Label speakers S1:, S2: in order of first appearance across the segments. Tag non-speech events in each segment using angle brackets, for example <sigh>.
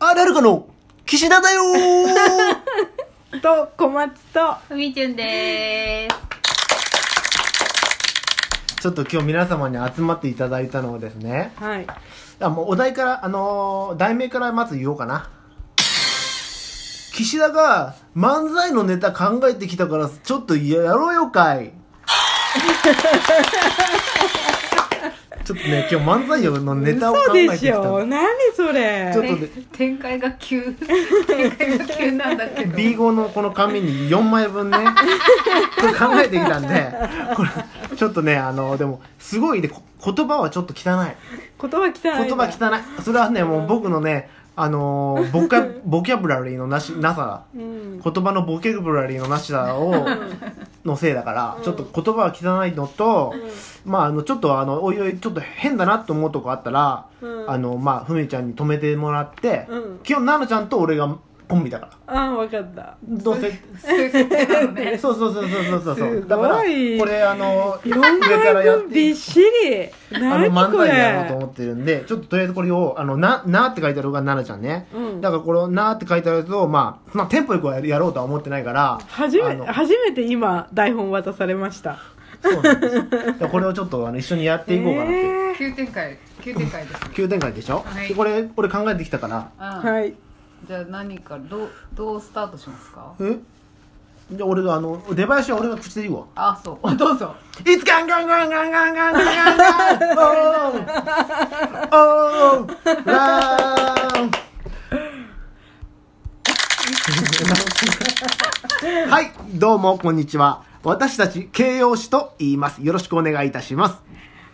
S1: あるあるかの岸田だよ
S2: <laughs> ーと小松と
S3: みーちゅんでーす
S1: ちょっと今日皆様に集まっていただいたのをですね
S2: はい
S1: あもうお題からあのー題名からまず言おうかな岸田が漫才のネタ考えてきたからちょっとやろうよか
S2: <laughs>
S1: いちょっとね今日漫才のネタを考
S2: 嘘
S1: えて
S2: で
S1: き
S2: したょ
S1: の
S2: 何それ
S1: ちょっとね
S3: 展開が急展開が急なんだけど
S1: B5 のこの紙に4枚分ねこれ考えてきたんでこれちょっとねあのでもすごいねこ言葉はちょっと汚い
S2: 言葉汚い
S1: 言葉汚いそれはねもう僕のねあのーボキャボキャブラリーのなしなさ
S2: い、うん、
S1: 言葉のボキャブラリーのなしさをのせいだから、ちょっと言葉は汚いのと、まああのちょっとあのおいおいちょっと変だなと思うとこあったら、
S2: うん
S1: あのまあふみちゃんに止めてもらって、
S2: うん
S1: 基本なのちゃんと俺がコンビだから
S2: あ分かった
S1: どうせ
S3: そういうことなの
S1: <laughs>
S3: ね
S1: そうそうそうそうそうそう
S2: すごい
S1: だからこれあの上
S2: 4
S1: からやっ
S2: 枚分び
S1: て
S2: っしり
S1: あの
S2: 何
S1: 漫
S2: こ
S1: 才やろうと
S2: れ
S1: 思ってるんでちょっととりあえずこれを「あのな」なって書いてあるがななちゃんね、
S2: うん
S1: だからこの「な」って書いてあるやつをまあ、まあ、テンポよくはやろうとは思ってないから
S2: 初
S1: あ
S2: め
S1: の
S2: 初めて今台本渡されました
S1: そうなんですよだからこれをちょっとあの一緒にやっていこうかなっていう、
S2: え
S3: 急展開急展開です
S1: 急展開でしょ、
S3: はい
S1: でこれ俺考えてきたから
S3: あ
S2: ー
S3: あ
S2: はい
S3: じゃあ何かどうどうスタートしますか
S1: えじゃあ俺があの出囃子は俺が口で言うわ
S3: あそう <laughs> どうぞ
S1: 「いつガンガンガンガンガンガンガンガンガンおーおーラーン」はいどうもこんにちは私たち形容詞と言いますよろしくお願いいたします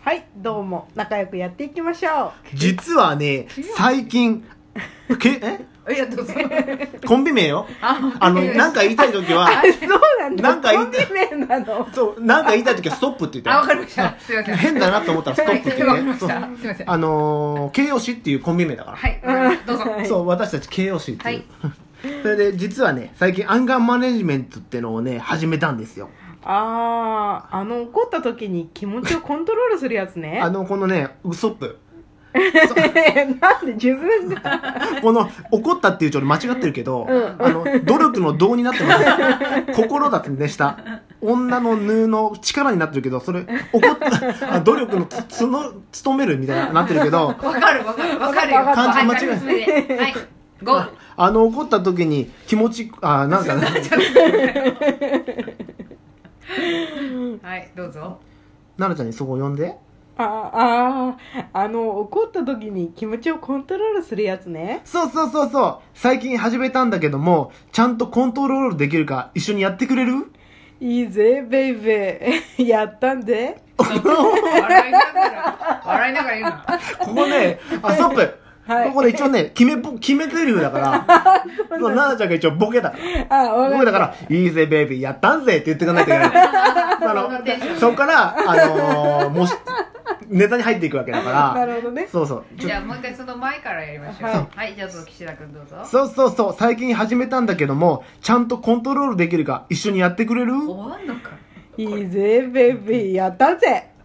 S2: はいどうも仲良くやっていきましょ
S1: 実はね最近けえ
S3: いやどうぞ
S1: コンビ名よ
S3: あ
S1: あのなんか言いたい時は
S2: うそうなんだ
S1: なんか言
S2: コ
S1: っ
S2: ン
S1: て
S2: ビ名なの
S1: そうなんか言いたい時はストップって言って
S3: あわかりましたすいません
S1: 変だなと思ったらストップって言
S3: わ
S1: っ
S3: か
S1: て
S3: り
S1: ね
S3: ました <laughs> すいません
S1: あのー、形容詞っていうコンビ名だから、
S3: はいわかりましたどうぞ
S2: はい
S1: そう私たち形容詞っていう、 <laughs> それで実はね最近アンガーマネジメントってのをね始めたんですよ
S2: あああの怒った時に気持ちをコントロールするやつね
S1: あのこのねウソップ <laughs>
S2: なんで自分が
S1: この怒ったっていうちょっと間違ってるけど、
S2: うん
S1: あの努力の胴になってます <laughs> 心だってでした女の縫うの力になってるけどそれ怒ったあ <laughs> 努力のつつの努めるみたいになってるけど
S3: わかるわかるわかるよ
S2: わ
S1: かる
S3: はい
S1: 漢字間違
S3: はいはいゴー
S1: <laughs> あの怒った時に気持ちあなんかね
S2: <laughs>
S3: はいどうぞ
S1: 奈々ちゃんにそこ呼んで
S2: あああの怒った時に気持ちをコントロールするやつね
S1: そうそうそうそう最近始めたんだけどもちゃんとコントロールできるか一緒にやってくれる
S2: いいぜベイベー <laughs> やったんで
S3: 笑いながら笑いながら言うな
S1: ここねあソップ、
S2: <laughs> はい
S1: ここね一応ね決めぼ決め台詞だ
S2: <laughs>
S1: からそう奈々ちゃんが一応ボケだから
S2: あわ
S1: ボ
S2: か
S1: ケ
S2: る
S1: だから「いいぜベイビーやったんぜ」って言っていかないといけな
S2: <laughs>
S1: いあ
S3: そんなテンション
S1: のそこからあのー、もしネタに入っていくわけだか
S2: <laughs> な
S1: ら
S2: るほどね
S1: そうそうちょ
S3: じゃあもう一回その前からやりましょう
S2: はい
S3: はいじゃあその岸田君どうぞ
S1: そうそうそう最近始めたんだけどもちゃんとコントロールできるか一緒にやってくれる
S3: 終わんのか
S2: いいぜベイベーやったぜ
S1: <laughs>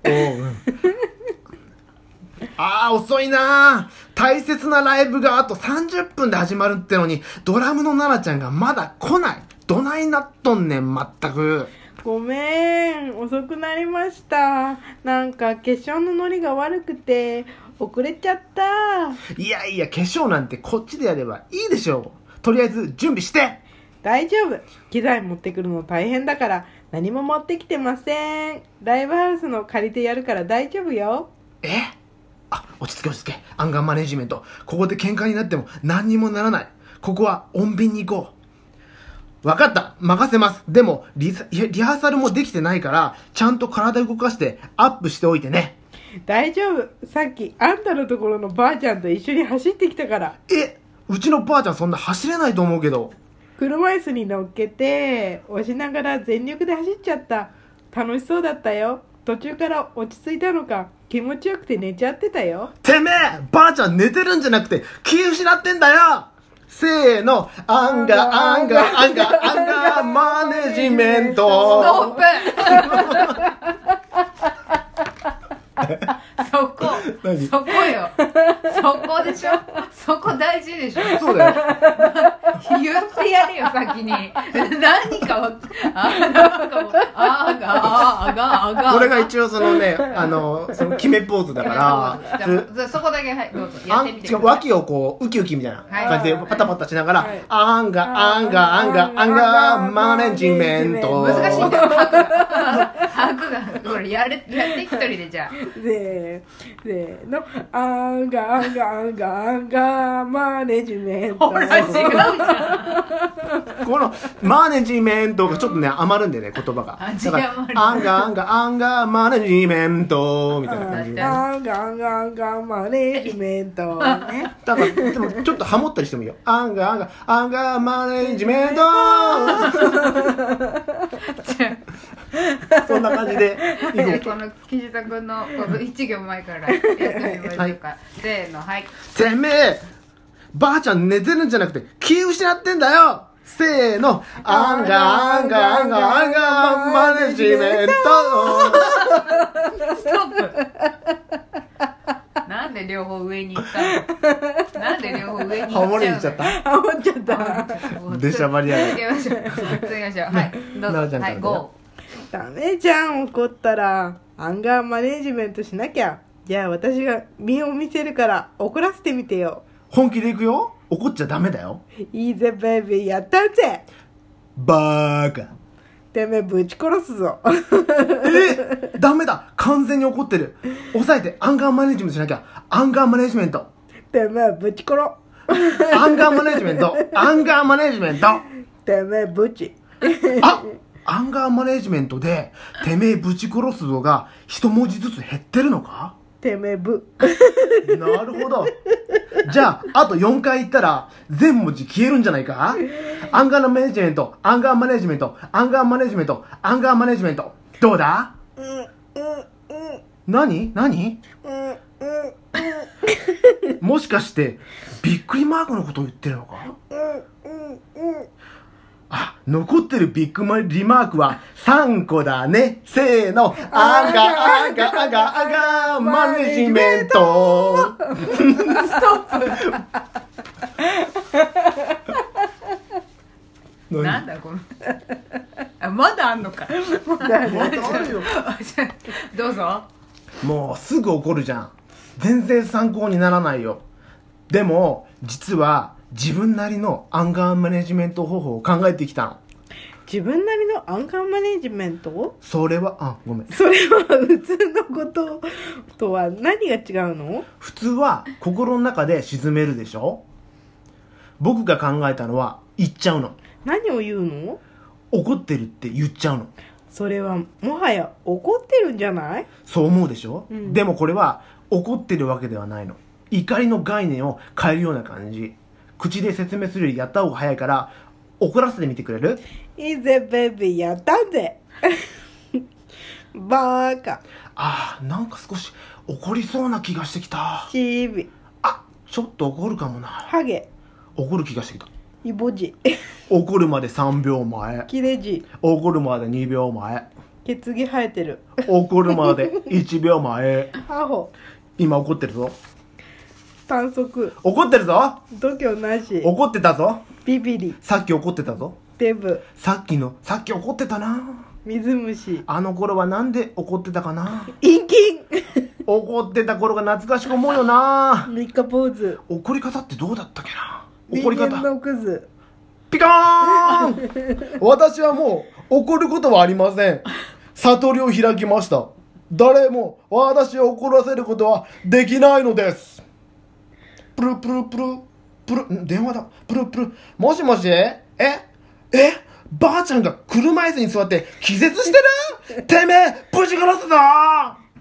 S1: ああ遅いなー大切なライブがあと30分で始まるってのにドラムの奈々ちゃんがまだ来ないどないなっとんねんまったく
S2: ごめん遅くなりましたなんか決勝のノリが悪くて遅れちゃった
S1: いやいや化粧なんてこっちでやればいいでしょうとりあえず準備して
S2: 大丈夫機材持ってくるの大変だから何も持ってきてませんライブハウスの借りてやるから大丈夫よ
S1: えあ落ち着け落ち着けアンガーマネジメントここで喧嘩になっても何にもならないここは穏便に行こう分かった任せますでもリサリリハーサルもできてないからちゃんと体動かしてアップしておいてね
S2: 大丈夫さっきあんたのところのばあちゃんと一緒に走ってきたから
S1: えうちのばあちゃんそんな走れないと思うけど
S2: 車椅子に乗っけて押しながら全力で走っちゃった楽しそうだったよ途中から落ち着いたのか気持ちよくて寝ちゃってたよ
S1: てめえばあちゃん寝てるんじゃなくて気失ってんだよせーのアンガーアンガーアンガーアンガーマネジメン
S3: ス
S1: ト
S3: ト <laughs> ップそこ
S1: 何
S3: そこよそそこでしょそこ大事でしょ
S1: そうだよ
S3: 言ってやれよ先に何かわあなんかもうあーがあーがあーが
S1: これが一応そのねあのその決めポーズだか
S3: <laughs> じ
S1: ら
S3: ゃ
S1: それ
S3: あそこだけはいどうぞ
S1: あ
S3: やっ
S1: ん
S3: てみて
S1: 違う脇をこうウキウキみたいな感じで
S3: はい
S1: パタパタしながら
S2: はい
S1: 「あんがあんがあんがあんがマネジメント」
S3: 難しいんだよ吐くが吐くがこれやれやって一人でじゃ
S2: せーせーのアンガアンガアンガアンガマネジメン
S3: あ
S2: ト
S3: ほら違うじゃん
S1: このマネジメントがちょっとね余るんでね言葉が
S3: あ
S1: だか
S3: 違う余
S1: ら
S3: る
S1: 「あんがあんがあんがマネジメント」みたいな感じで
S3: あ
S2: アンガアンガアンガマネジメン <laughs> トね
S1: だからでもちょっとハモったりしてもいいよ「あんがあんがあんがマネジメント」 <laughs> そんな感じで
S3: じゃ
S1: い
S3: あ
S1: こ
S3: この岸田君のこの一行前からやってみましょうかせーのはい
S1: てめえばあちゃん寝てるんじゃなくて気失ってんだよせーの「あんがあんがあんがあんがマネジメント」
S3: ストップなんで両方上に行ったのなんで両方上に
S1: ハ
S3: 行
S1: モ
S3: っち
S1: り
S3: ゃう
S1: に行っ
S3: の
S1: ちゃった
S2: あ思っちゃった
S1: 出しゃばりやがる
S3: 続けましょう続けましょうはいどうぞ
S1: なおちゃんか
S3: は
S1: ら
S3: いゴ
S2: ダメじゃん怒ったらアンガーマネジメントしなきゃじゃあ私が身を見せるから怒らせてみてよ
S1: 本気でいくよ怒っちゃダメだよ
S2: いいぜベイビーやったんぜ
S1: バーカ
S2: てめえぶち殺すぞ <laughs>
S1: えダメだ完全に怒ってる抑えてアンガーマネジメントしなきゃアンガーマネジメント
S2: てめえぶち殺
S1: アンガーマネジメントアンガーマネジメント
S2: てめえぶち
S1: あアンガーマネジメントでてめえぶち殺すぞが一文字ずつ減ってるのか
S2: てめえぶ
S1: なるほどじゃああと4回言ったら全文字消えるんじゃないかアンガーマネジメントアンガーマネジメントアンガーマネジメントアンガーマネジメントどうだ
S2: うんうんうん
S1: 何何
S2: うんうん
S1: もしかしてびっくりマークのことを言ってるのか
S2: うんうん
S1: あ残ってるビッグマリマークは3個だねせーのあがあがあがあがマネジメントスト
S3: ーな
S1: ッ
S3: んだこのあまだあんのか <laughs> どうぞ
S1: プもうすぐ怒るじゃん全然参考にならないよでも実は自分なりのアンガーマネジメント方法を考えてきたの
S2: 自分なりのアンガーマネジメント
S1: それはあごめん
S2: それは普通のこととは何が違うの
S1: 普通は心の中で沈めるでしょ僕が考えたのは言っちゃうの
S2: 何を言うの
S1: 怒ってるって言っちゃうの
S2: それはもはや怒ってるんじゃない
S1: そう思うでしょ、
S2: うん
S1: でもこれは怒ってるわけではないの怒りの概念を変えるような感じ口で説明するよりやった方が早いから怒らせてみてくれる
S2: いいぜベイビーやったぜバーカ
S1: あーなんか少し怒りそうな気がしてきた
S2: チビ
S1: あちょっと怒るかもな
S2: ハゲ
S1: 怒る気がしてきた
S2: イボジ
S1: 怒るまで3秒前
S2: キレジ
S1: 怒るまで2秒前
S2: ケツ毛生えてる
S1: 怒るまで1秒前
S2: ハホ
S1: 今怒ってるぞ
S2: 短足
S1: 怒ってるぞ
S2: 度胸なし
S1: 怒ってたぞ
S2: ビビリ
S1: さっき怒ってたぞ
S2: デブ
S1: さっきのさっき怒ってたな
S2: 水虫
S1: あの頃はなんで怒ってたかな
S2: インキン
S1: 怒ってた頃が懐かしく思うよな
S2: 三日坊主
S1: 怒り方ってどうだったっけな怒
S2: 人
S1: り
S2: 間
S1: 方
S2: のクズ
S1: ピカーン <laughs> 私はもう怒ることはありません悟りを開きました誰も私を怒らせることはできないのですプルプルプルプルん電話だプルプルもしもしええばあちゃんが車椅子に座って気絶してるてめえぶち殺すぞ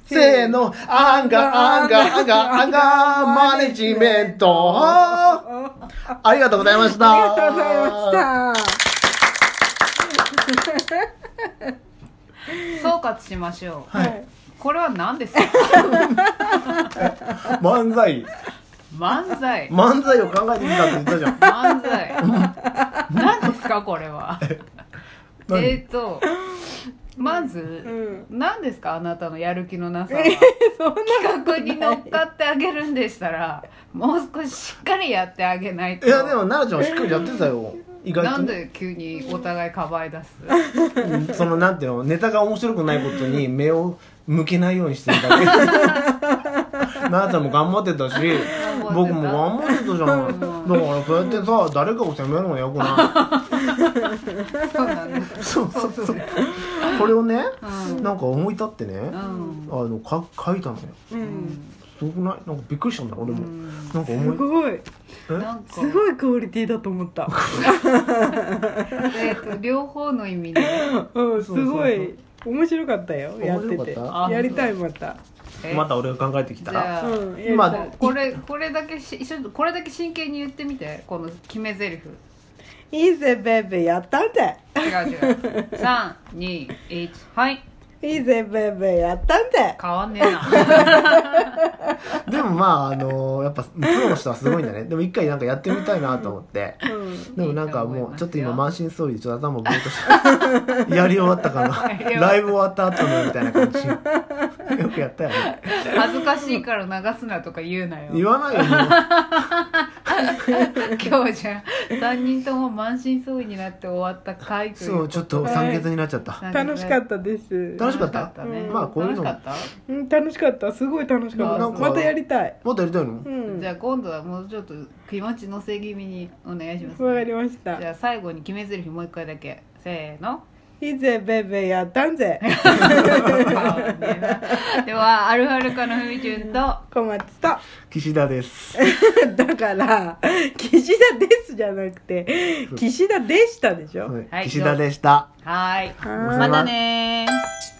S1: せーのアンガアンガアンガアンガマネジメントあ
S2: あ
S1: りがとうございました
S2: ありがとうございました
S3: 総括しましょう
S1: はい、
S3: これは何ですか
S1: 漫才
S3: 漫才
S1: 漫才を考えてみたって言ったじゃん
S3: 漫才何ですかこれは
S1: 何
S3: えっとまず
S2: う、ん
S3: 何ですかあなたのやる気のなさは
S2: そんな
S3: 企画に乗っかってあげるんでし
S1: <laughs>
S3: たらもう少ししっかりやってあげないと
S1: いやでも奈々ちゃんはしっかりやってたよ意外
S3: な
S1: と
S3: ん
S1: ね
S3: で急にお互いかばい出す
S1: うん <laughs> そのなんていうのネタが面白くないことに目を向けないようにしてるだけ奈々ちゃんも頑張ってたし <laughs> 僕も頑張ってたじゃないだからそうやってさ誰かを責めるのがよくな
S3: そうなんです
S1: いそうそう
S3: そうそう
S1: これをね
S3: うん
S1: なんか思い立ってね
S3: う
S1: あ
S3: ん
S1: のか書いたのよ
S2: うん
S1: すごくないなんかびっくりしたんだ俺
S3: う
S1: も
S3: ん
S1: なんか
S2: す
S1: 思い
S2: ごい
S3: なんか
S2: すごいクオリティだと思った
S3: えっと両方の意味で
S2: うんす
S1: そうそう
S2: ごい面白かったよやって
S1: 面
S2: て
S1: 白か
S3: ったあ
S2: やりたいまた
S1: <laughs>
S3: え
S1: また俺が考えてき
S3: じ
S1: た
S3: ゃあ
S2: うんやり
S1: 今
S2: たい
S3: これこれだけし一緒にこれだけ真剣に言ってみてこの決め台詞
S2: いいぜベイベーやったんだ
S3: 違う違
S1: <laughs>
S3: う321はい
S2: いいぜベイベーやったんだ
S3: 変わんねえな
S1: でもまああのやっぱプロの人はすごいんだねでも一回なんかやってみたいなと思って
S2: うん
S1: でもなんかもうちょっと今満身創痍でちょっと頭ぼーっとしてやり終わったかなライブ終わった後のみたいな感じよくやったよね
S3: 恥ずかしいから流すなとか言うなよ
S1: 言わないよもう
S3: <laughs> 今日じゃ3人とも満身創痍になって終わった回という
S1: そうちょっと酸欠になっちゃった
S2: 楽しか
S3: た
S2: ったです
S1: 楽しかった
S3: ね
S1: まあこういうのも
S3: 楽しかっ
S2: うん楽しかったすごい楽しかった
S1: なんか
S2: またやりたい
S1: もっとやりたいの
S2: う
S3: た、
S2: ん
S3: じゃあ今度はもうちょっと気持ち乗せ気味にお願いします
S2: わかりました
S3: じゃあ最後に決め台詞もう一回だけせ
S2: <laughs>
S3: ーの
S2: いいぜベイベーやったん
S3: <laughs>
S2: ぜ
S3: では、あるあるかのふみちゅんと、
S2: 小松と
S1: 岸田です
S2: <laughs> だから岸田ですじゃなくて岸田でしたでしょ
S1: はい
S3: はい
S1: 岸田でした
S3: はい。
S2: はーい
S3: またねー。